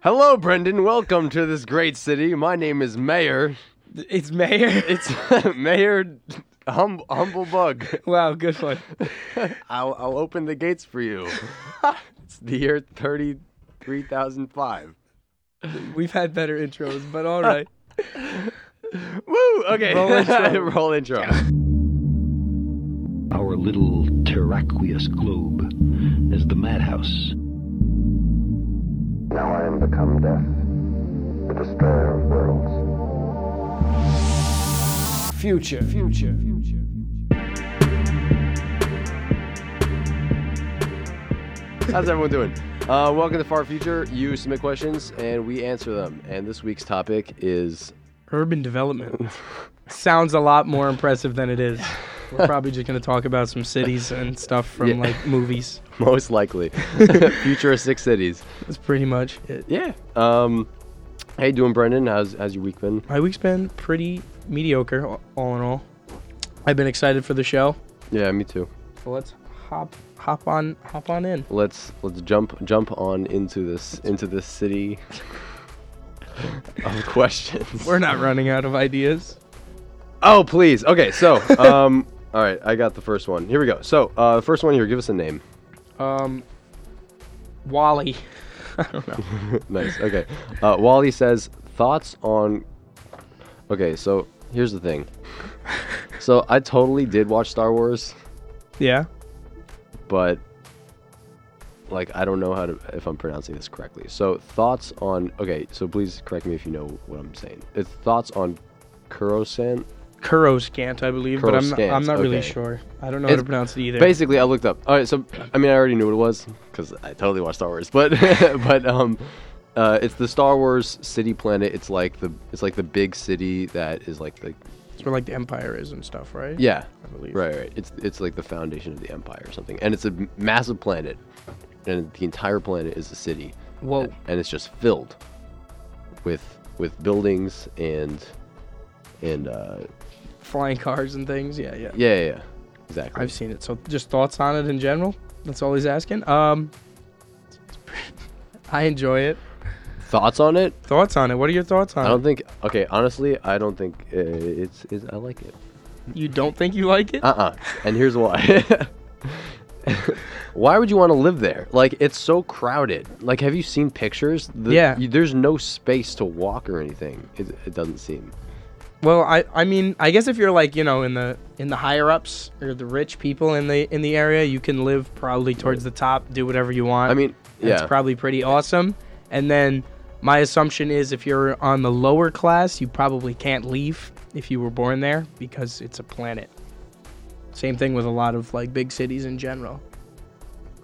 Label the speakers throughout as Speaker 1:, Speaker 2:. Speaker 1: Hello, Brendan. Welcome to this great city. My name is Mayor.
Speaker 2: It's Mayor.
Speaker 1: It's Mayor hum- Humble Bug.
Speaker 2: wow, good one.
Speaker 1: I'll, I'll open the gates for you. it's the year 33,005.
Speaker 2: We've had better intros, but all right.
Speaker 1: Woo! Okay.
Speaker 2: Roll intro.
Speaker 1: Roll intro.
Speaker 3: Our little terraqueous globe is the madhouse.
Speaker 4: Now I am become death, the destroyer of worlds.
Speaker 2: Future. Future. Future.
Speaker 1: How's everyone doing? Uh, welcome to Far Future. You submit questions and we answer them. And this week's topic is
Speaker 2: Urban development sounds a lot more impressive than it is. We're probably just gonna talk about some cities and stuff from
Speaker 1: Yeah.
Speaker 2: like movies.
Speaker 1: most likely futuristic cities.
Speaker 2: That's pretty much it.
Speaker 1: Yeah. Um, hey, doing, Brendan? How's how's your week been?
Speaker 2: My week's been pretty mediocre, a- all in all. I've been excited for the show,
Speaker 1: Yeah, me too.
Speaker 2: so let's hop hop on hop on in.
Speaker 1: Let's let's jump jump on into this into this city of questions.
Speaker 2: We're not running out of ideas.
Speaker 1: Oh, please. Okay, so um, all right, I got the first one. Here we go. So uh, the first one here. Give us a name.
Speaker 2: Um, Wally. I don't know.
Speaker 1: nice. Okay. Uh, Wally says thoughts on. Okay, so here's the thing. So I totally did watch Star Wars,
Speaker 2: Yeah.
Speaker 1: but like I don't know how to if I'm pronouncing this correctly. So thoughts on. Okay, so please correct me if you know what I'm saying. It's thoughts on Kurosan.
Speaker 2: Kuroscant, I believe, but I'm not, I'm
Speaker 1: Kuroscant,
Speaker 2: not really
Speaker 1: okay.
Speaker 2: sure. I don't know how
Speaker 1: It's
Speaker 2: to pronounce it either.
Speaker 1: Basically, I looked up. All right, so I mean, I already knew what it was because I totally watched Star Wars, but but um, uh, it's the Star Wars city planet. It's like the it's like the big city that is like the
Speaker 2: it's where like the Empire is and stuff, right?
Speaker 1: yeah,
Speaker 2: I believe.
Speaker 1: right, right. It's it's like the foundation of the empire or something, and it's a m- massive planet, and the entire planet is a city,
Speaker 2: Whoa.
Speaker 1: and it's just filled with with buildings and and uh,
Speaker 2: Flying cars and things. Yeah, yeah.
Speaker 1: yeah, yeah, yeah, exactly.
Speaker 2: I've seen it. So just thoughts on it in general. That's all he's asking. Um, it's pretty- I enjoy it.
Speaker 1: Thoughts on it?
Speaker 2: Thoughts on it? What are your thoughts on
Speaker 1: I don't
Speaker 2: it?
Speaker 1: think. Okay, honestly, I don't think uh, it's, it's. I like it.
Speaker 2: You don't think you like it?
Speaker 1: uh-uh and here's why why would you want to live there like it's so crowded like have you seen pictures The-
Speaker 2: Yeah.
Speaker 1: you- there's no space to walk or anything it, it doesn't seem
Speaker 2: Well, I I mean, I guess if you're like, you know, in the in the higher ups or the rich people in the in the area, you can live probably towards the top, do whatever you want.
Speaker 1: i mean yeah
Speaker 2: It's probably pretty awesome. And then my assumption is if you're on the lower class, you probably can't leave if you were born there because it's a planet. Same thing with a lot of like big cities in general.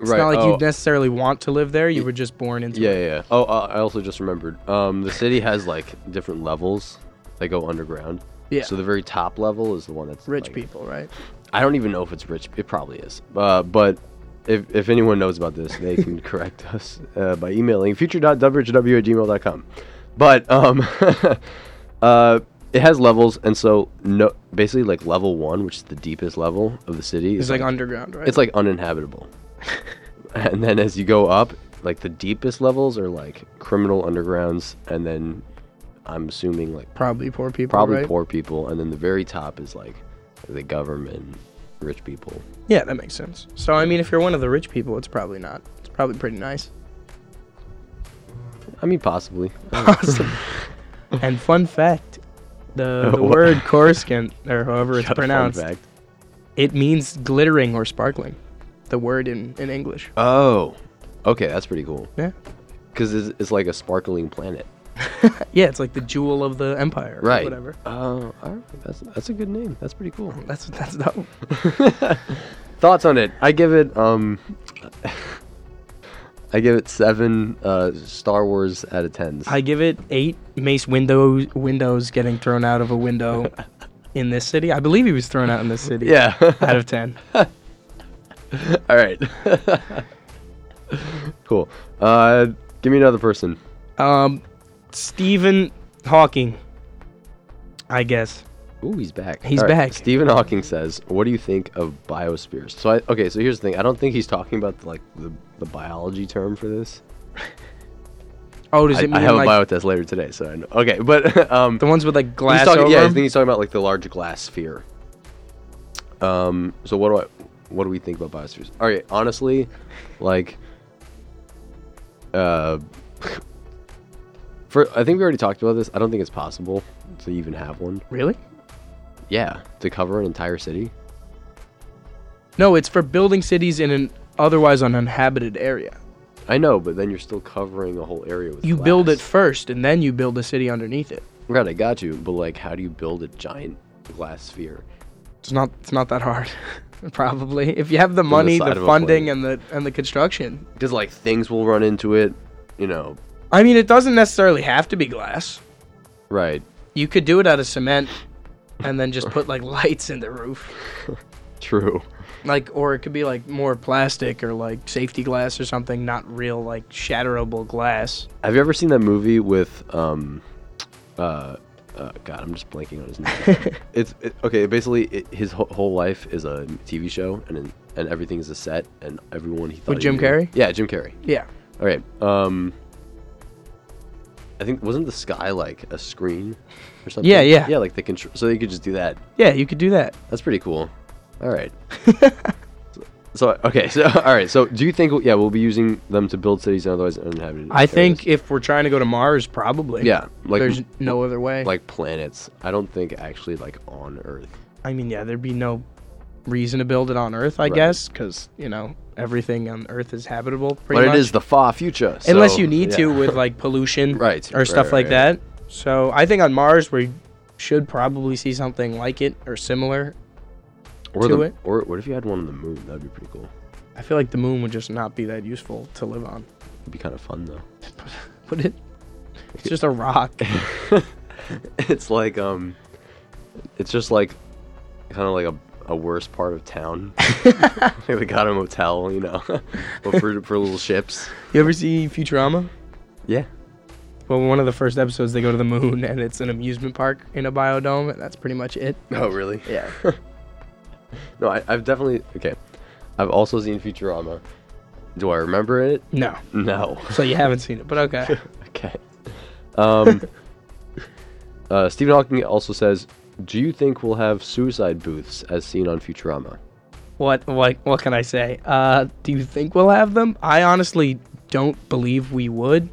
Speaker 2: It's
Speaker 1: right
Speaker 2: not like
Speaker 1: oh,
Speaker 2: you'd necessarily want to live there. You were just born into
Speaker 1: yeah
Speaker 2: it.
Speaker 1: yeah yeah. oh uh, i also just remembered um the city has like different levels that go underground
Speaker 2: Yeah.
Speaker 1: so the very top level is the one that's
Speaker 2: Rich
Speaker 1: like-
Speaker 2: people, right?
Speaker 1: i don't even know if it's rich it probably is uh but if, if anyone knows about this, they can correct us uh, by emailing future.whw at gmail.com. But um, uh, it has levels, and so no, basically like level one, which is the deepest level of the city,
Speaker 2: It's like underground, right?
Speaker 1: it's like uninhabitable. and then as you go up, like the deepest levels are like criminal undergrounds, and then I'm assuming like
Speaker 2: probably poor people,
Speaker 1: probably
Speaker 2: right?
Speaker 1: poor people, and then the very top is like the government, rich people.
Speaker 2: Yeah, that makes sense. So I mean, if you're one of the rich people, it's probably not. It's probably pretty nice.
Speaker 1: I mean, possibly.
Speaker 2: Awesome. and fun fact, the, the
Speaker 1: What?
Speaker 2: word Coruscant, or however it's pronounced,
Speaker 1: Fun fact.
Speaker 2: It means glittering or sparkling. The word in, in English.
Speaker 1: Oh, okay, that's pretty cool.
Speaker 2: Yeah.
Speaker 1: Because it's, it's like a sparkling planet.
Speaker 2: Yeah, it's like the jewel of the empire. Or
Speaker 1: Right.
Speaker 2: whatever.
Speaker 1: Oh, all right. that's that's a good name. That's pretty cool.
Speaker 2: That's that's dope.
Speaker 1: Thoughts on it? I give it um, I give it seven uh, Star Wars out of tens.
Speaker 2: I give it eight mace windows windows getting thrown out of a window in this city. I believe he was thrown out in this city.
Speaker 1: yeah.
Speaker 2: Out of ten.
Speaker 1: all right. cool. Uh, give me another person.
Speaker 2: Um Stephen Hawking. I guess.
Speaker 1: Ooh, he's back.
Speaker 2: He's back.
Speaker 1: Stephen Hawking says, "What do you think of biospheres?" So, I, okay, so here's the thing. I don't think he's talking about like the, the biology term for this.
Speaker 2: Oh, does
Speaker 1: I,
Speaker 2: it mean
Speaker 1: I have
Speaker 2: like
Speaker 1: a bio test later today, so I know. Okay, but um,
Speaker 2: the ones with like
Speaker 1: he's
Speaker 2: glass
Speaker 1: talking,
Speaker 2: over
Speaker 1: yeah, I
Speaker 2: 'em?
Speaker 1: think he's talking about like the large glass sphere. Um, so what do I, what do we think about biospheres? All right, honestly, like, uh, for I think we already talked about this. I don't think it's possible to even have one.
Speaker 2: Really?
Speaker 1: Yeah, to cover an entire city.
Speaker 2: No, it's for building cities in an otherwise uninhabited area.
Speaker 1: I know, but then you're still covering a whole area with.
Speaker 2: You build it
Speaker 1: glass.
Speaker 2: first, and then you build a city underneath it.
Speaker 1: Right, I got you. But like, how do you build a giant glass sphere?
Speaker 2: It's not. It's not that hard. Probably, if you have the money,
Speaker 1: side
Speaker 2: the,
Speaker 1: of a
Speaker 2: funding,
Speaker 1: plane.
Speaker 2: and the and the construction.
Speaker 1: Because like things will run into it, you know.
Speaker 2: I mean, it doesn't necessarily have to be glass.
Speaker 1: Right.
Speaker 2: You could do it out of cement, and then just put like lights in the roof,
Speaker 1: True.
Speaker 2: like or it could be like more plastic or like safety glass or something, not real like shatterable glass.
Speaker 1: Have you ever seen that movie with um, uh, uh God, I'm just blanking on his name. it's it, okay. Basically, it, his wh- whole life is a TV show, and it- and everything is a set, and everyone he thought
Speaker 2: With
Speaker 1: he
Speaker 2: Jim
Speaker 1: knew-
Speaker 2: Carrey?
Speaker 1: Yeah, Jim Carrey.
Speaker 2: Yeah,
Speaker 1: All right. Um, I think wasn't the sky like a screen or something?
Speaker 2: Yeah, yeah.
Speaker 1: yeah. Like the control, so you could just do that.
Speaker 2: yeah, you could do that.
Speaker 1: That's pretty cool. All right. so okay. So all right. So do you think? Yeah, we'll be using them to build cities and otherwise uninhabited.
Speaker 2: I think
Speaker 1: areas.
Speaker 2: if we're trying to go to Mars, probably.
Speaker 1: Yeah, like
Speaker 2: There's no other way.
Speaker 1: like planets. I don't think actually like on Earth.
Speaker 2: I mean, yeah, there'd be no reason to build it on Earth, I
Speaker 1: Right.
Speaker 2: guess, because you know everything on Earth is habitable. Pretty
Speaker 1: but
Speaker 2: much.
Speaker 1: it is the far future.
Speaker 2: unless
Speaker 1: so,
Speaker 2: you need to
Speaker 1: yeah.
Speaker 2: with like pollution,
Speaker 1: Right,
Speaker 2: or
Speaker 1: right,
Speaker 2: stuff like
Speaker 1: right.
Speaker 2: that. So I think on Mars we should probably see something like it or similar.
Speaker 1: or
Speaker 2: to
Speaker 1: the,
Speaker 2: it.
Speaker 1: Or what if you had one on the moon? That'd be pretty cool.
Speaker 2: I feel like the moon would just not be that useful to live on.
Speaker 1: It'd be kind of fun though.
Speaker 2: But it, it's just a rock.
Speaker 1: it's like um, it's just like kind of like a, a worse part of town. we got a motel, you know, but for for little ships.
Speaker 2: You ever see Futurama?
Speaker 1: Yeah.
Speaker 2: Well, one of the first episodes they go to the moon and it's an amusement park in a biodome, and that's pretty much it.
Speaker 1: Oh, really?
Speaker 2: Yeah.
Speaker 1: No, I, I've definitely okay. I've also seen Futurama. Do I remember it?
Speaker 2: No.
Speaker 1: No.
Speaker 2: So you haven't seen it, but okay.
Speaker 1: Okay. Um, uh, Stephen Hawking also says, "Do you think we'll have suicide booths as seen on Futurama?"
Speaker 2: what what what can I say? Uh, do you think we'll have them? I honestly don't believe we would,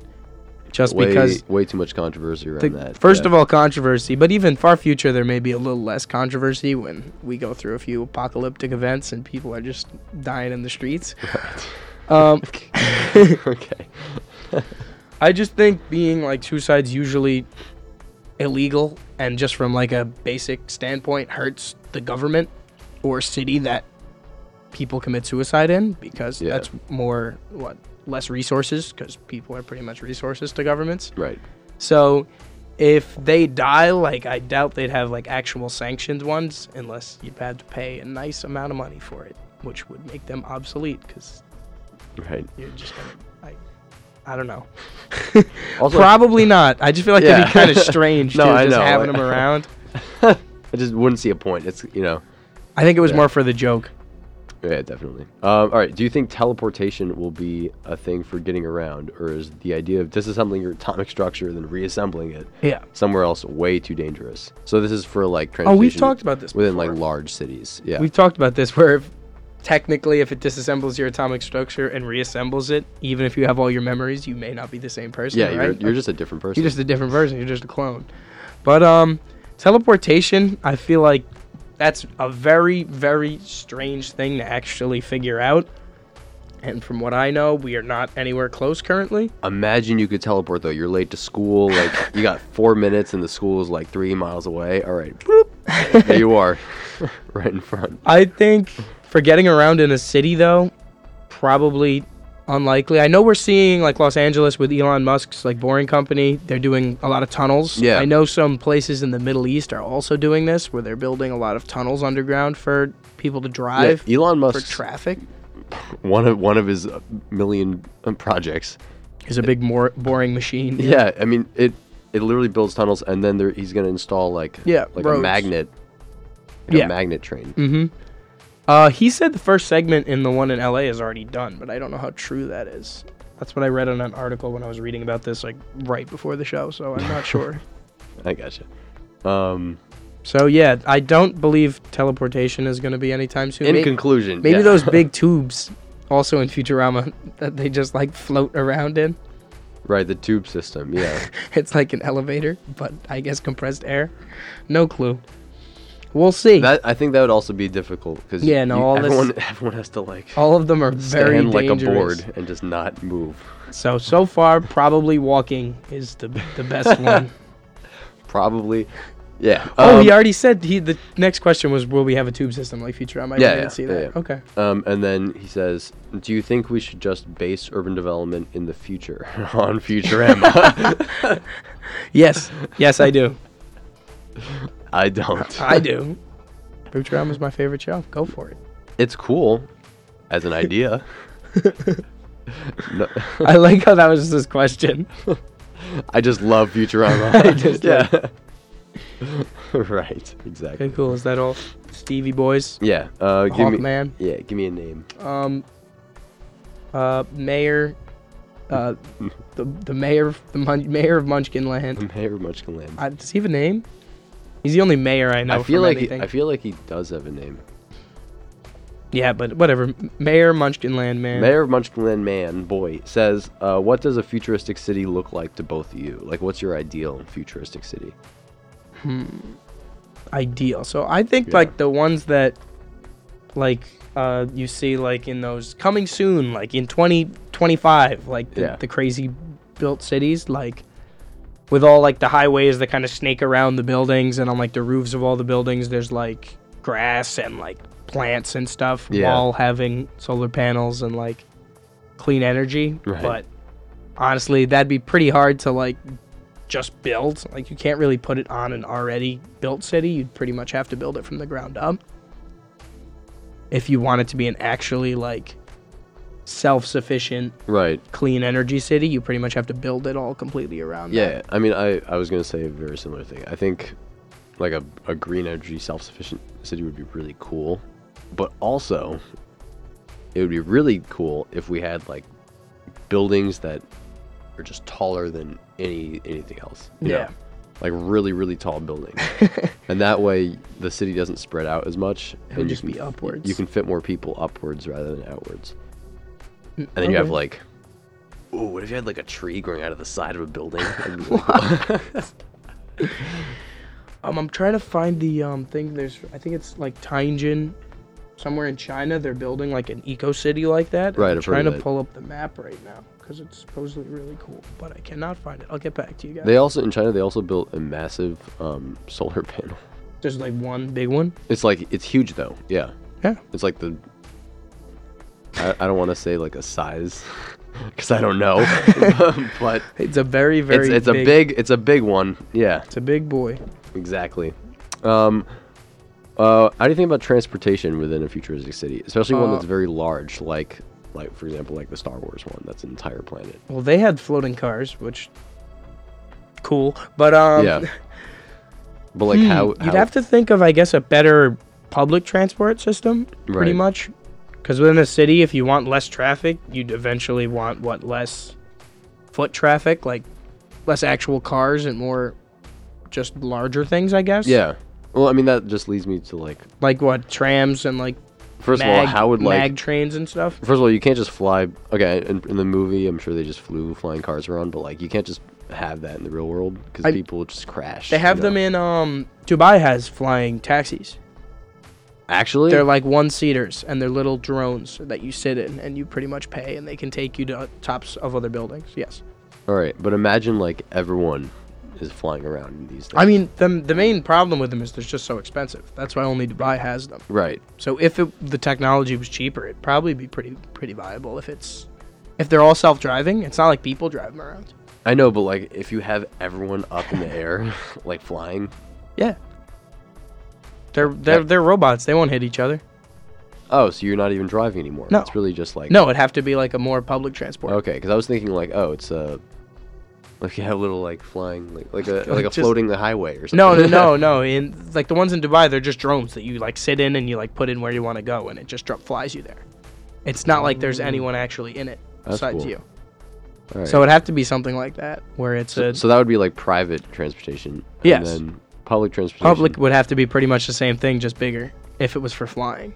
Speaker 2: just
Speaker 1: Way,
Speaker 2: because
Speaker 1: way too much controversy around
Speaker 2: the,
Speaker 1: that.
Speaker 2: first of all controversy, but even far future there may be a little less controversy when we go through a few apocalyptic events and people are just dying in the streets.
Speaker 1: all,
Speaker 2: um,
Speaker 1: okay.
Speaker 2: I just think being like suicide's usually illegal and just from like a basic standpoint hurts the government or city that people commit suicide in because
Speaker 1: Yeah.
Speaker 2: that's more what less resources because people are pretty much resources to governments.
Speaker 1: Right.
Speaker 2: So if they die, like I doubt they'd have like actual sanctioned ones unless you'd have to pay a nice amount of money for it, which would make them obsolete because
Speaker 1: Right.
Speaker 2: you're just gonna like I don't know.
Speaker 1: Also-
Speaker 2: Probably not. I just feel like it'd
Speaker 1: Yeah.
Speaker 2: be kind of strange
Speaker 1: No,
Speaker 2: too,
Speaker 1: I
Speaker 2: just
Speaker 1: know,
Speaker 2: having
Speaker 1: like-
Speaker 2: them around.
Speaker 1: I just wouldn't see a point. It's you know.
Speaker 2: I think it was
Speaker 1: Yeah.
Speaker 2: more for the joke.
Speaker 1: Yeah, definitely. Um, all right. Do you think teleportation will be a thing for getting around, or is the idea of disassembling your atomic structure and then reassembling it
Speaker 2: Yeah.
Speaker 1: somewhere else way too dangerous? So this is for like
Speaker 2: Oh,
Speaker 1: transportation.
Speaker 2: we've talked about this
Speaker 1: within
Speaker 2: before.
Speaker 1: like large cities. Yeah.
Speaker 2: We've talked about this where if, technically if it disassembles your atomic structure and reassembles it, even if you have all your memories, you may not be the same person.
Speaker 1: yeah,
Speaker 2: right?
Speaker 1: you're, you're just a different person.
Speaker 2: You're just a different person. You're just a clone. But um, teleportation, I feel like that's a very, very strange thing to actually figure out. And from what I know, we are not anywhere close currently.
Speaker 1: Imagine you could teleport though. You're late to school. Like you got four minutes, and the school is like three miles away. All right, boop. there you are, right in front.
Speaker 2: I think for getting around in a city, though, probably unlikely. I know we're seeing like Los Angeles with Elon Musk's like Boring Company. They're doing a lot of tunnels.
Speaker 1: Yeah.
Speaker 2: I know some places in the Middle East are also doing this, where they're building a lot of tunnels underground for people to drive.
Speaker 1: Yeah, Elon
Speaker 2: for
Speaker 1: Musk.
Speaker 2: traffic
Speaker 1: one of one of his uh, million uh, projects.
Speaker 2: is a big more boring machine.
Speaker 1: Yeah, I mean it. It literally builds tunnels, and then there, he's gonna install like
Speaker 2: Yeah,
Speaker 1: like
Speaker 2: roads.
Speaker 1: a magnet, like
Speaker 2: Yeah. Mm-hmm.
Speaker 1: a magnet train.
Speaker 2: Uh, he said the first segment in the one in LA is already done, but I don't know how true that is. That's what I read on an article when I was reading about this, like right before the show. So I'm not sure.
Speaker 1: I gotcha. Um,
Speaker 2: So yeah, I don't believe teleportation is going to be anytime soon.
Speaker 1: in
Speaker 2: May-
Speaker 1: conclusion,
Speaker 2: maybe
Speaker 1: yeah.
Speaker 2: those big tubes, also in Futurama, that they just like float around in.
Speaker 1: right the tube system. Yeah,
Speaker 2: It's like an elevator, but I guess compressed air. No clue. We'll see.
Speaker 1: that I think that would also be difficult because
Speaker 2: Yeah, no, all this-
Speaker 1: everyone everyone has to like
Speaker 2: All of them are very
Speaker 1: stand like a
Speaker 2: dangerous.
Speaker 1: board and just not move.
Speaker 2: So so far, probably walking is the the best
Speaker 1: Um,
Speaker 2: one.
Speaker 1: Probably, yeah.
Speaker 2: oh,
Speaker 1: um,
Speaker 2: he already said he. The next question was, will we have a tube system like Futurama? I
Speaker 1: Yeah,
Speaker 2: didn't
Speaker 1: yeah,
Speaker 2: see
Speaker 1: yeah,
Speaker 2: that.
Speaker 1: yeah.
Speaker 2: Okay.
Speaker 1: Um, and then he says, "Do you think we should just base urban development in the future on Futurama?"
Speaker 2: Yes, yes, I do.
Speaker 1: I don't.
Speaker 2: I do. Futurama's my favorite show. Go for it.
Speaker 1: It's cool as an idea. No,
Speaker 2: I like how that was just his question.
Speaker 1: I just love Futurama.
Speaker 2: I just
Speaker 1: yeah. right. Exactly.
Speaker 2: Okay, cool. Is that all? Stevie Boys,
Speaker 1: Yeah. Uh, give me.
Speaker 2: Hawkman,
Speaker 1: Yeah. Give me a name.
Speaker 2: um, uh, Mayor, uh, the the mayor, of- the Mun- mayor of Munchkin Land.
Speaker 1: Mayor Munchkinland.
Speaker 2: Uh, does he have a name? He's the only mayor I know.
Speaker 1: I feel
Speaker 2: from
Speaker 1: like he,
Speaker 2: anything.
Speaker 1: I feel like he does have a name.
Speaker 2: Yeah, but whatever. Mayor Munchkinland man.
Speaker 1: Mayor of Munchkinland Man Boy says, uh, "What does a futuristic city look like to both of you? Like, what's your ideal futuristic city?"
Speaker 2: ideal. So I think
Speaker 1: Yeah.
Speaker 2: like the ones that like uh you see like in those coming soon, like in twenty twenty five, like the,
Speaker 1: Yeah.
Speaker 2: the crazy built cities, like with all like the highways that kind of snake around the buildings and on like the roofs of all the buildings there's like grass and like plants and stuff
Speaker 1: Yeah.
Speaker 2: while having solar panels and like clean energy.
Speaker 1: Right.
Speaker 2: But honestly, that'd be pretty hard to like just build. Like you can't really put it on an already built city. You'd pretty much have to build it from the ground up. If you want it to be an actually like self-sufficient
Speaker 1: Right.
Speaker 2: clean energy city, you pretty much have to build it all completely around. that.
Speaker 1: Yeah, I mean, I, I was gonna say a very similar thing. I think like a, a green energy self sufficient city would be really cool, but also it would be really cool if we had like buildings that are just taller than any anything else. you know?
Speaker 2: Yeah.
Speaker 1: like really really tall buildings, and that way the city doesn't spread out as much. and
Speaker 2: would
Speaker 1: you
Speaker 2: just
Speaker 1: can
Speaker 2: be
Speaker 1: f-
Speaker 2: upwards.
Speaker 1: You can fit more people upwards rather than outwards.
Speaker 2: And
Speaker 1: And then you have like, ooh, what if you had like a tree growing out of the side of a building? That'd be really cool.
Speaker 2: um, I'm trying to find the um thing. There's I think it's like Tianjin, somewhere in China. They're building like an eco city like that.
Speaker 1: Right,
Speaker 2: I'm
Speaker 1: I've heard
Speaker 2: trying
Speaker 1: of
Speaker 2: to
Speaker 1: that.
Speaker 2: pull up the map right now because it's supposedly really cool, but I cannot find it. I'll get back to you guys.
Speaker 1: They also in China they also built a massive um, solar panel.
Speaker 2: There's like one big one.
Speaker 1: It's like it's huge though. Yeah,
Speaker 2: Yeah.
Speaker 1: it's like the. I, I don't want to say like a size, because I don't know, but
Speaker 2: It's a very very.
Speaker 1: it's it's a big it's a big one. Yeah,
Speaker 2: It's a big boy.
Speaker 1: exactly. Um, uh, how do you think about transportation within a futuristic city, especially one
Speaker 2: Uh,
Speaker 1: that's very large, like like for example like the Star Wars one that's an entire planet.
Speaker 2: Well, they had floating cars, which cool, but um, Hmm,
Speaker 1: yeah, but like how,
Speaker 2: you'd
Speaker 1: how
Speaker 2: have to think of I guess a better public transport system, pretty
Speaker 1: Right.
Speaker 2: much. Because within a city, if you want less traffic, you'd eventually want what less foot traffic, like less actual cars and more just larger things, I guess.
Speaker 1: yeah. Well, I mean that just leads me to like
Speaker 2: Like what trams and like
Speaker 1: First
Speaker 2: mag,
Speaker 1: of all, how would like
Speaker 2: mag trains and stuff.
Speaker 1: first of all you can't just fly okay in, in the movie I'm sure they just flew flying cars around but like you can't just have that in the real world because
Speaker 2: I-
Speaker 1: people just crash.
Speaker 2: They have them in um Dubai has flying taxis.
Speaker 1: actually.
Speaker 2: They're like one seaters and they're little drones that you sit in and you pretty much pay and they can take you to tops of other buildings. Yes.
Speaker 1: all right, but imagine like everyone is flying around in these. Things.
Speaker 2: I mean, the, the main problem with them is they're just so expensive. That's why only Dubai has them.
Speaker 1: right,
Speaker 2: So if it, the technology was cheaper, it'd probably be pretty pretty viable. If it's if they're all self driving, it's not like people drive them around.
Speaker 1: I know, but like if you have everyone up in the air like flying,
Speaker 2: Yeah. They're they're
Speaker 1: Yeah.
Speaker 2: they're robots. They won't hit each other.
Speaker 1: oh, so you're not even driving anymore.
Speaker 2: No.
Speaker 1: it's really just like
Speaker 2: No, it'd have to be like a more public transport.
Speaker 1: Okay, because I was thinking like oh, it's a. Like you have little like flying like like a like a
Speaker 2: Just-
Speaker 1: floating highway or something.
Speaker 2: No, no, no, no. In like the ones in Dubai, they're just drones that you like sit in and you like put in where you want to go, and it just drop flies you there. It's not like there's anyone actually in it
Speaker 1: Oh. That's
Speaker 2: besides
Speaker 1: cool.
Speaker 2: you.
Speaker 1: All right.
Speaker 2: So it'd have to be something like that, where it's
Speaker 1: so,
Speaker 2: a
Speaker 1: so that would be like private transportation. and
Speaker 2: Yes.
Speaker 1: then public transportation.
Speaker 2: public would have to be pretty much the same thing, just bigger. If it was for flying,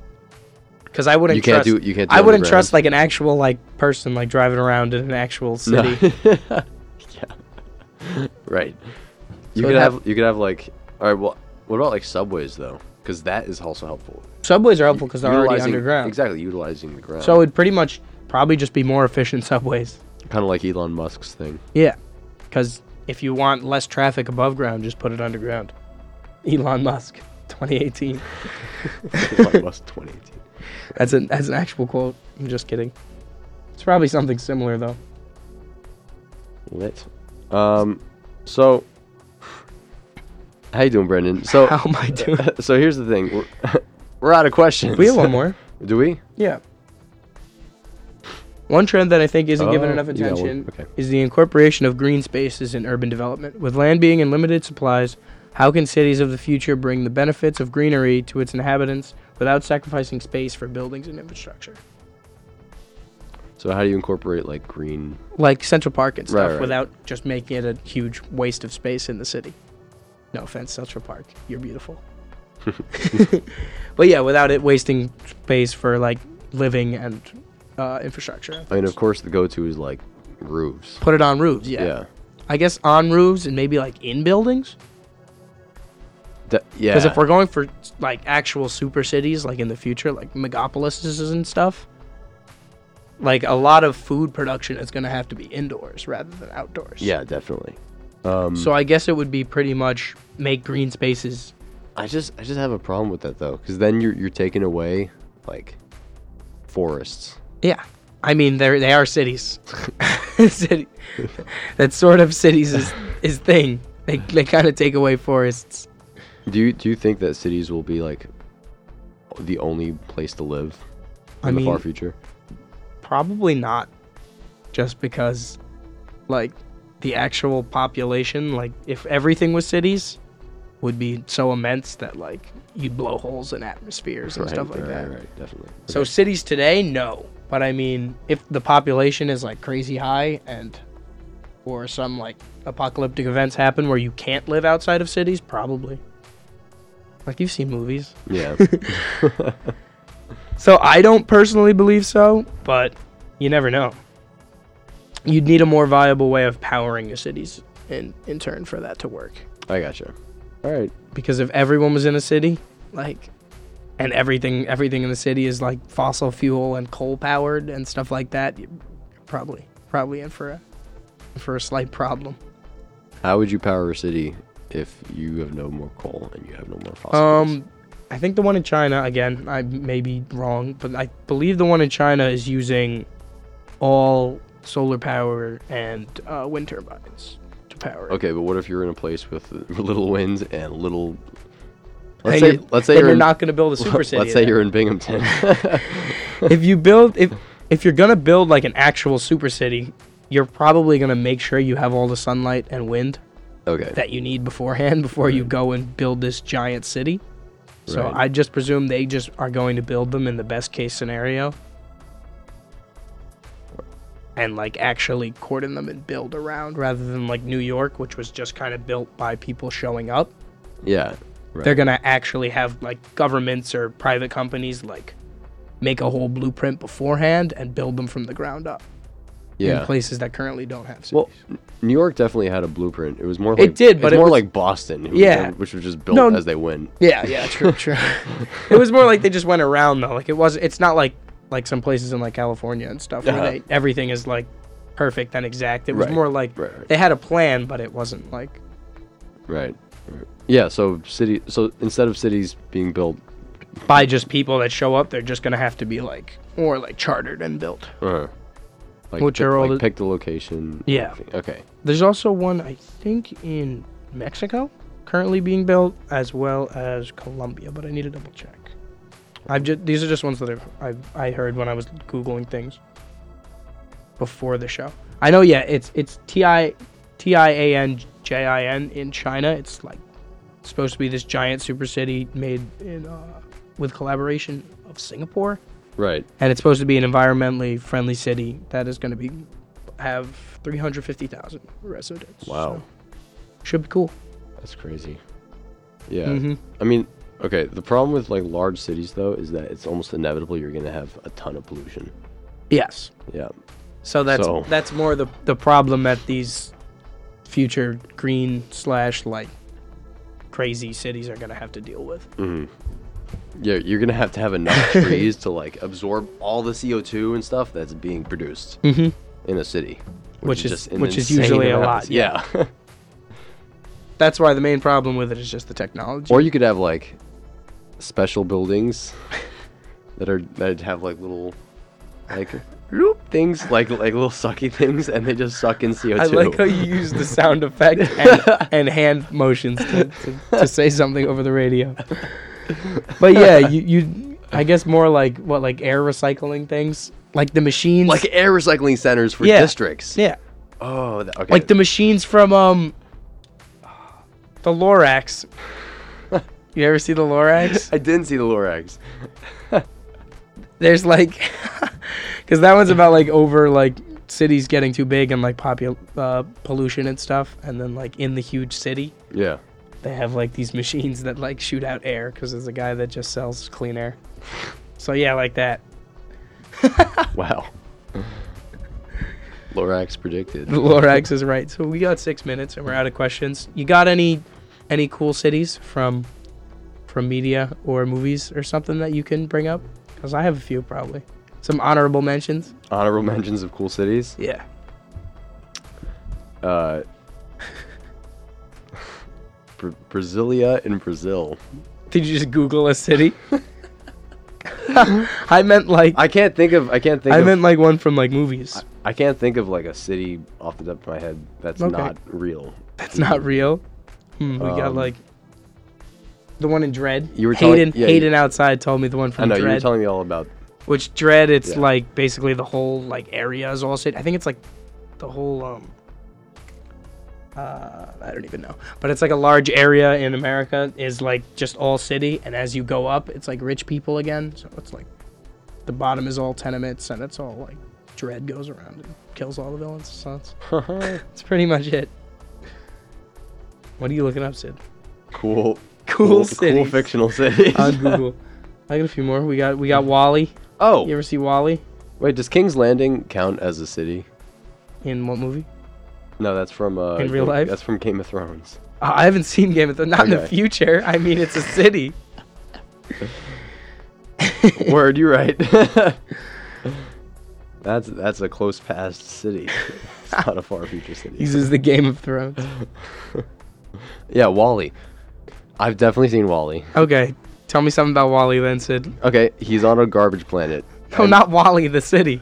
Speaker 2: because I wouldn't
Speaker 1: You can't
Speaker 2: trust.
Speaker 1: do. You can't. Do
Speaker 2: I wouldn't
Speaker 1: underground.
Speaker 2: trust like an actual like person like driving around in an actual city.
Speaker 1: No. yeah. right. You
Speaker 2: So
Speaker 1: could
Speaker 2: it'd
Speaker 1: have, You could have like. All right. Well, what about like subways though? Because that is also helpful.
Speaker 2: Subways are helpful because they're already
Speaker 1: Utilizing-
Speaker 2: underground.
Speaker 1: Exactly. Utilizing the ground.
Speaker 2: So it'd pretty much probably just be more efficient subways.
Speaker 1: kind of like Elon Musk's thing.
Speaker 2: Yeah, because if you want less traffic above ground, just put it underground. Elon Musk, 2018.
Speaker 1: Elon Musk 2018.
Speaker 2: That's an that's an actual quote. I'm just kidding. It's probably something similar though.
Speaker 1: Lit. Um. So. How you doing, Brendan? So.
Speaker 2: How am I doing?
Speaker 1: so here's the thing. We're, we're out of questions.
Speaker 2: we have one more.
Speaker 1: Do we?
Speaker 2: Yeah. One trend that I think isn't given
Speaker 1: Oh,
Speaker 2: enough
Speaker 1: you got one.
Speaker 2: attention
Speaker 1: Okay.
Speaker 2: is the incorporation of green spaces in urban development. With land being in limited supplies, how can cities of the future bring the benefits of greenery to its inhabitants without sacrificing space for buildings and infrastructure?
Speaker 1: So how do you incorporate like green?
Speaker 2: Like Central Park and stuff
Speaker 1: Right, right.
Speaker 2: without just making it a huge waste of space in the city. No offense, Central Park. You're beautiful. but yeah, without it wasting space for like living and uh, infrastructure. and
Speaker 1: I mean,
Speaker 2: things.
Speaker 1: of course, the go-to is like roofs.
Speaker 2: Put it on roofs, yeah.
Speaker 1: Yeah.
Speaker 2: I guess on roofs and maybe like in buildings.
Speaker 1: That- yeah.
Speaker 2: Because if we're going for like actual super cities, like in the future, like megapolises and stuff, like a lot of food production is going to have to be indoors rather than outdoors.
Speaker 1: yeah, definitely. Um,
Speaker 2: So I guess it would be pretty much make green spaces.
Speaker 1: I just I just have a problem with that though, because then you're you're taking away like forests.
Speaker 2: Yeah. I mean, they they are cities. City. That sort of cities is is thing. They they kind of take away forests.
Speaker 1: Do you do you think that cities will be like the only place to live in
Speaker 2: I
Speaker 1: the
Speaker 2: mean,
Speaker 1: far future?
Speaker 2: Probably not. Just because, like, the actual population, like, if everything was cities, would be so immense that, like, you'd blow holes in atmospheres and
Speaker 1: Right,
Speaker 2: stuff like
Speaker 1: right,
Speaker 2: that.
Speaker 1: Right, right, definitely.
Speaker 2: So, cities today, no. But I mean, if the population is, like, crazy high and, or some, like, apocalyptic events happen where you can't live outside of cities, probably. Like, you've seen movies.
Speaker 1: Yeah.
Speaker 2: So I don't personally believe so, but you never know. You'd need a more viable way of powering your cities in, in turn for that to work.
Speaker 1: I gotcha. All right.
Speaker 2: Because if everyone was in a city, like and everything everything in the city is like fossil fuel and coal powered and stuff like that, you probably probably in for a for a slight problem.
Speaker 1: How would you power a city if you have no more coal and you have no more fossil fuels?
Speaker 2: Um, I think the one in China again. I may be wrong, but I believe the one in China is using all solar power and uh, wind turbines to power. it.
Speaker 1: Okay, but what if you're in a place with little winds and little?
Speaker 2: And
Speaker 1: Let's say
Speaker 2: you're-
Speaker 1: let's say
Speaker 2: then
Speaker 1: you're,
Speaker 2: you're
Speaker 1: in,
Speaker 2: not going to build a super city.
Speaker 1: Let's say
Speaker 2: then.
Speaker 1: you're in Binghamton.
Speaker 2: if you build if if you're going to build like an actual super city, you're probably going to make sure you have all the sunlight and wind
Speaker 1: okay.
Speaker 2: that you need beforehand before you go and build this giant city. So
Speaker 1: Right.
Speaker 2: I just presume they just are going to build them in the best case scenario. And like actually cordon them and build around rather than like New York, which was just kind of built by people showing up.
Speaker 1: yeah. Right.
Speaker 2: They're gonna actually have like governments or private companies like make a whole blueprint beforehand and build them from the ground up
Speaker 1: yeah.
Speaker 2: in places that currently don't have cities.
Speaker 1: Well, N- New York definitely had a blueprint. It was more. Like,
Speaker 2: It did,
Speaker 1: it's
Speaker 2: but it
Speaker 1: more
Speaker 2: was-
Speaker 1: like Boston. who was
Speaker 2: Yeah.
Speaker 1: done- which was just built
Speaker 2: No,
Speaker 1: as they win.
Speaker 2: Yeah, yeah, true, true. it was more like they just went around though. Like it was, it's not like like some places in like California and stuff where
Speaker 1: Uh-huh.
Speaker 2: they, everything is like perfect and exact. It was
Speaker 1: Right,
Speaker 2: more like
Speaker 1: right, right.
Speaker 2: they had a plan, but it wasn't like
Speaker 1: Right. right. Yeah. So city. So instead of cities being built.
Speaker 2: by just people that show up. They're just gonna have to be like or like chartered and built.
Speaker 1: Uh, like
Speaker 2: Which
Speaker 1: pick,
Speaker 2: are all
Speaker 1: like
Speaker 2: the-
Speaker 1: pick the location.
Speaker 2: Yeah.
Speaker 1: everything. Okay.
Speaker 2: There's also one I think in Mexico currently being built, as well as Colombia, but I need to double check. I've just these are just ones that I've, I've I heard when I was googling things before the show. I know, yeah, it's it's T I T I A N J I N in China. It's like supposed to be this giant super city made in uh, with collaboration of Singapore
Speaker 1: Right.
Speaker 2: and it's supposed to be an environmentally friendly city that is going to be have 350,000 residents.
Speaker 1: Wow.
Speaker 2: so should be cool.
Speaker 1: That's crazy. Yeah.
Speaker 2: Mhm.
Speaker 1: I mean, okay, the problem with like large cities though is that it's almost inevitable you're going to have a ton of pollution.
Speaker 2: Yes.
Speaker 1: Yeah.
Speaker 2: So that's
Speaker 1: So-
Speaker 2: that's more the the problem at these future green slash like crazy cities are gonna have to deal with.
Speaker 1: Mm. Yeah, you're going to have to have enough trees to like absorb all the CO2 and stuff that's being produced in a city.
Speaker 2: Mm-hmm. Which is-
Speaker 1: an
Speaker 2: which is
Speaker 1: insane
Speaker 2: usually a
Speaker 1: amount.
Speaker 2: lot,
Speaker 1: Yeah.
Speaker 2: That's why the main problem with it is just the technology.
Speaker 1: or you could have like special buildings that are that have like little like bloop things like like little sucky things and they just suck in CO2.
Speaker 2: I like how you use the sound effect and, and hand motions to, to, to say something over the radio. But yeah, you, you I guess more like what like air recycling things, like the machines,
Speaker 1: like air recycling centers for
Speaker 2: Yeah.
Speaker 1: districts.
Speaker 2: yeah,
Speaker 1: Oh, th- okay.
Speaker 2: like the machines from um the Lorax. You ever see the Lorax?
Speaker 1: I didn't see the Lorax.
Speaker 2: There's like, because that one's about like over like cities getting too big and like popu- uh, pollution and stuff, and then like in the huge city.
Speaker 1: Yeah.
Speaker 2: they have like these machines that like shoot out air because there's a guy that just sells clean air. So yeah, like that.
Speaker 1: Wow. Lorax predicted.
Speaker 2: Lorax is right. So we got six minutes and we're out of questions. You got any any cool cities from from media or movies or something that you can bring up? Because I have a few probably. Some honorable mentions.
Speaker 1: Honorable mentions of cool cities.
Speaker 2: Yeah.
Speaker 1: Uh, Bra- Brasilia in Brazil.
Speaker 2: Did you just Google a city? I meant like I,
Speaker 1: I can't think of. I can't think. of,
Speaker 2: meant like one from like movies.
Speaker 1: I can't think of like a city off the top of my head that's
Speaker 2: Okay.
Speaker 1: not real.
Speaker 2: That's not real. Hmm, we got
Speaker 1: Um,
Speaker 2: like the one in Dread.
Speaker 1: You were telling-
Speaker 2: Hayden.
Speaker 1: yeah, you-
Speaker 2: Hayden outside told me the one
Speaker 1: I
Speaker 2: from
Speaker 1: know you were
Speaker 2: Dread.
Speaker 1: telling me all about.
Speaker 2: which Dread? It's
Speaker 1: Yeah.
Speaker 2: like basically the whole like area is all shit. I think it's like the whole um. Uh, I don't even know, but it's like a large area in America is like just all city, and as you go up, it's like rich people again. So it's like the bottom is all tenements, and it's all like Dread goes around and kills all the villains. So it's, it's pretty much it. What are you looking up, Sid?
Speaker 1: Cool.
Speaker 2: Cool
Speaker 1: Cool
Speaker 2: cities.
Speaker 1: fictional cities.
Speaker 2: on Google. I got a few more. We got we got Wally.
Speaker 1: oh,
Speaker 2: You ever see Wally
Speaker 1: wait. Does King's Landing count as a city?
Speaker 2: in what movie?
Speaker 1: No, that's from. Uh,
Speaker 2: In real
Speaker 1: Game-
Speaker 2: life?
Speaker 1: That's from Game of Thrones.
Speaker 2: Uh, I haven't seen Game of Thrones. Not in the
Speaker 1: Okay.
Speaker 2: future. I mean, it's a city.
Speaker 1: Word, you're right. that's that's a close past city. It's not a far future city.
Speaker 2: Uses the Game of Thrones.
Speaker 1: yeah, Wally. I've definitely seen Wally.
Speaker 2: Okay, tell me something about Wally then, Sid.
Speaker 1: Okay, he's on a garbage planet.
Speaker 2: No,
Speaker 1: And-
Speaker 2: not Wally. The city.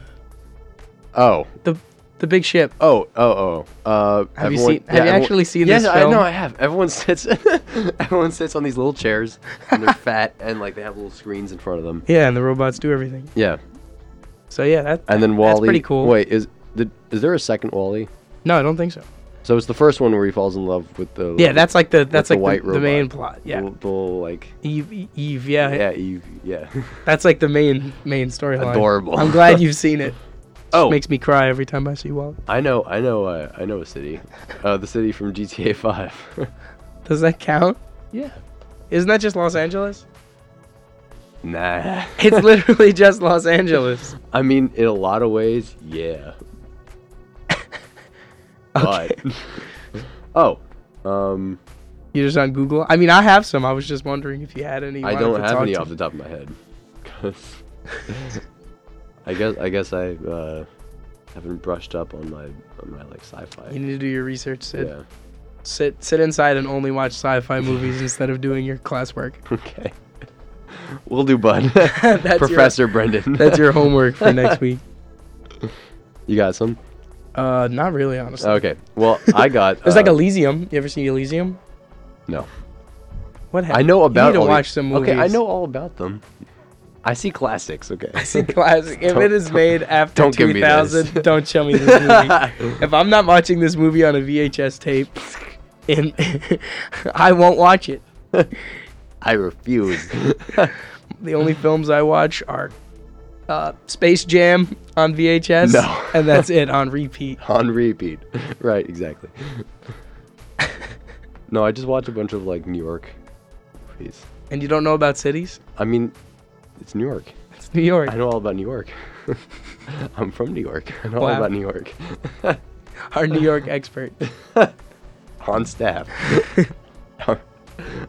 Speaker 1: Oh,
Speaker 2: The the big ship.
Speaker 1: oh, oh, oh. Uh,
Speaker 2: Have you
Speaker 1: everyone-
Speaker 2: seen- have you
Speaker 1: everyone-
Speaker 2: actually seen
Speaker 1: yes,
Speaker 2: this
Speaker 1: I know
Speaker 2: film?
Speaker 1: I have. Everyone sits. everyone sits on these little chairs, and they're fat, and like they have little screens in front of them.
Speaker 2: Yeah, and the robots do everything.
Speaker 1: Yeah,
Speaker 2: So yeah, that.
Speaker 1: and then Wally.
Speaker 2: That's pretty cool.
Speaker 1: Wait, is the, is there a second Wally?
Speaker 2: No, I don't think so.
Speaker 1: So it's the first one where he falls in love with the.
Speaker 2: Yeah, that's like the that's
Speaker 1: the
Speaker 2: like
Speaker 1: white
Speaker 2: the, the main
Speaker 1: robot.
Speaker 2: plot. Yeah.
Speaker 1: the, the like.
Speaker 2: Eve, E, Eve, yeah,
Speaker 1: Yeah, you, yeah.
Speaker 2: that's like the main main storyline.
Speaker 1: Adorable.
Speaker 2: I'm glad you've seen it.
Speaker 1: Oh,
Speaker 2: Makes me cry every time I see Wally.
Speaker 1: I know, I know, uh, I know a city, uh, the city from GTA Five.
Speaker 2: Does that count?
Speaker 1: yeah.
Speaker 2: Isn't that just Los Angeles?
Speaker 1: Nah.
Speaker 2: It's literally just Los Angeles.
Speaker 1: I mean, in a lot of ways, yeah. But oh, um,
Speaker 2: You're just on Google. I mean, I have some. I was just wondering if you had any. you
Speaker 1: I
Speaker 2: wanted
Speaker 1: don't
Speaker 2: to
Speaker 1: have
Speaker 2: talk
Speaker 1: any
Speaker 2: to.
Speaker 1: off the top of my head. 'Cause I guess I guess I uh, haven't brushed up on my on my like
Speaker 2: You
Speaker 1: sci-fi.
Speaker 2: need to do your research. Sid.
Speaker 1: Yeah.
Speaker 2: Sit sit inside and only watch sci-fi movies instead of doing your classwork.
Speaker 1: Okay. We'll do, bud.
Speaker 2: your-
Speaker 1: Professor Brendan.
Speaker 2: That's your homework for next week.
Speaker 1: You got some?
Speaker 2: Uh, not really, honestly.
Speaker 1: Okay. Well, I got.
Speaker 2: There's like
Speaker 1: uh,
Speaker 2: Elysium. You ever seen Elysium?
Speaker 1: No.
Speaker 2: What happened?
Speaker 1: I know about.
Speaker 2: You need to
Speaker 1: all the-
Speaker 2: watch some movies.
Speaker 1: Okay, I know all about them. I see classics. Okay.
Speaker 2: It's a classic. If
Speaker 1: Don't-
Speaker 2: it is made after
Speaker 1: don't give me this.
Speaker 2: 2000, don't show me this movie. if I'm not watching this movie on a VHS tape, and I won't watch it.
Speaker 1: I refuse.
Speaker 2: The only films I watch are uh, Space Jam on VHS,
Speaker 1: No.
Speaker 2: and that's it on repeat.
Speaker 1: on repeat. right, exactly. no, I just watch a bunch of like New York movies.
Speaker 2: And you don't know about cities?
Speaker 1: I mean, it's New York.
Speaker 2: It's New York.
Speaker 1: I know all about New York. I'm from New York. I know all
Speaker 2: Wow.
Speaker 1: about New York.
Speaker 2: Our New York expert.
Speaker 1: On staff. our,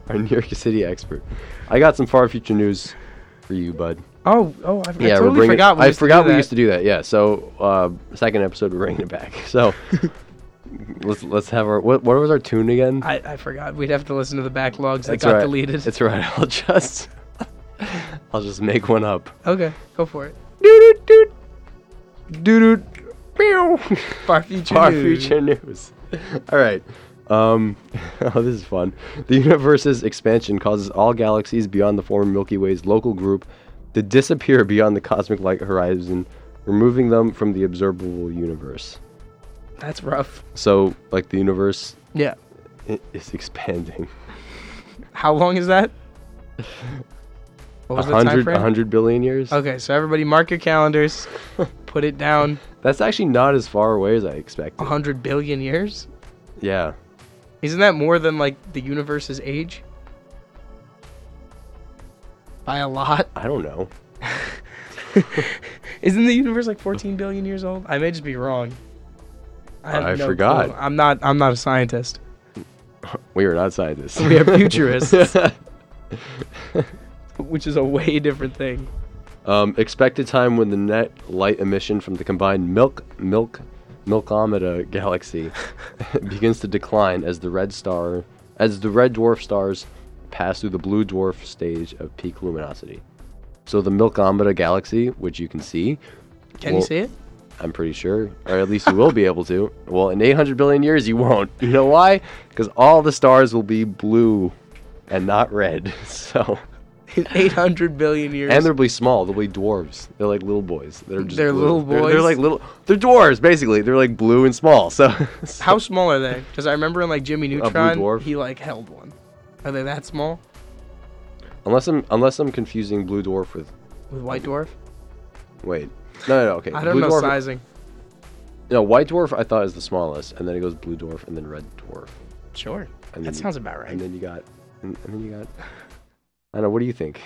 Speaker 1: our New York City expert. I got some far future news for you, bud.
Speaker 2: Oh, oh, I, I
Speaker 1: we're
Speaker 2: totally
Speaker 1: bringing-
Speaker 2: forgot. We
Speaker 1: I
Speaker 2: used to
Speaker 1: forgot
Speaker 2: do
Speaker 1: we
Speaker 2: that.
Speaker 1: used to do that. Yeah. So uh, second episode, we're bringing it back. So let's let's have our what, what was our tune again?
Speaker 2: I, I forgot. We'd have to listen to the backlogs that
Speaker 1: That's
Speaker 2: got
Speaker 1: right.
Speaker 2: deleted.
Speaker 1: That's right. I'll just I'll just make one up.
Speaker 2: okay, go for it.
Speaker 1: Doot doot doot doot. Meow.
Speaker 2: Far future.
Speaker 1: Our
Speaker 2: news.
Speaker 1: future news. All right. Um, oh, this is fun. The universe's expansion causes all galaxies beyond the former Milky Way's local group to disappear beyond the cosmic light horizon, removing them from the observable universe.
Speaker 2: That's rough.
Speaker 1: So, like, the universe
Speaker 2: Yeah.
Speaker 1: i- is expanding.
Speaker 2: How long is that? What was the time
Speaker 1: 100,
Speaker 2: frame? Uh,
Speaker 1: 100 billion years?
Speaker 2: Okay, so everybody mark your calendars. put it down.
Speaker 1: That's actually not as far away as I expected.
Speaker 2: 100 billion years?
Speaker 1: Yeah.
Speaker 2: Isn't that more than like the universe's age? By a lot.
Speaker 1: I don't know.
Speaker 2: Isn't the universe like 14 billion years old? I may just be wrong. have
Speaker 1: I
Speaker 2: no
Speaker 1: forgot.
Speaker 2: clue. I'm not. I'm not a scientist.
Speaker 1: We are not scientists.
Speaker 2: We are futurists, which is a way different thing.
Speaker 1: Um, expected time when the net light emission from the combined milk, milk, milkometer galaxy begins to decline as the red star, as the red dwarf stars pass through the blue dwarf stage of peak luminosity. So the milkometer galaxy, which you can see,
Speaker 2: Can
Speaker 1: Well-
Speaker 2: you see it?
Speaker 1: I'm pretty sure, or at least you will be able to. Well, in 800 billion years, you won't. You know why? Because all the stars will be blue and not red. So,
Speaker 2: In 800 billion years.
Speaker 1: and they'll be small. They'll be dwarves. They're like little boys. They're just
Speaker 2: They're
Speaker 1: blue.
Speaker 2: little
Speaker 1: They're, they're
Speaker 2: boys?
Speaker 1: like little. They're dwarves basically. They're like blue and small. So,
Speaker 2: How small are they? Because I remember in like Jimmy Neutron,
Speaker 1: dwarf?
Speaker 2: he like held one. Are they that small?
Speaker 1: unless I'm unless I'm confusing blue dwarf with
Speaker 2: With White Dwarf?
Speaker 1: wait. No, no, no okay.
Speaker 2: I don't
Speaker 1: blue
Speaker 2: know
Speaker 1: dwarf,
Speaker 2: sizing.
Speaker 1: No, white dwarf I thought is the smallest, and then it goes blue dwarf and then red dwarf.
Speaker 2: Sure.
Speaker 1: And then-
Speaker 2: that sounds about right.
Speaker 1: And then you got, and, and then you got. I don't know. What do you think?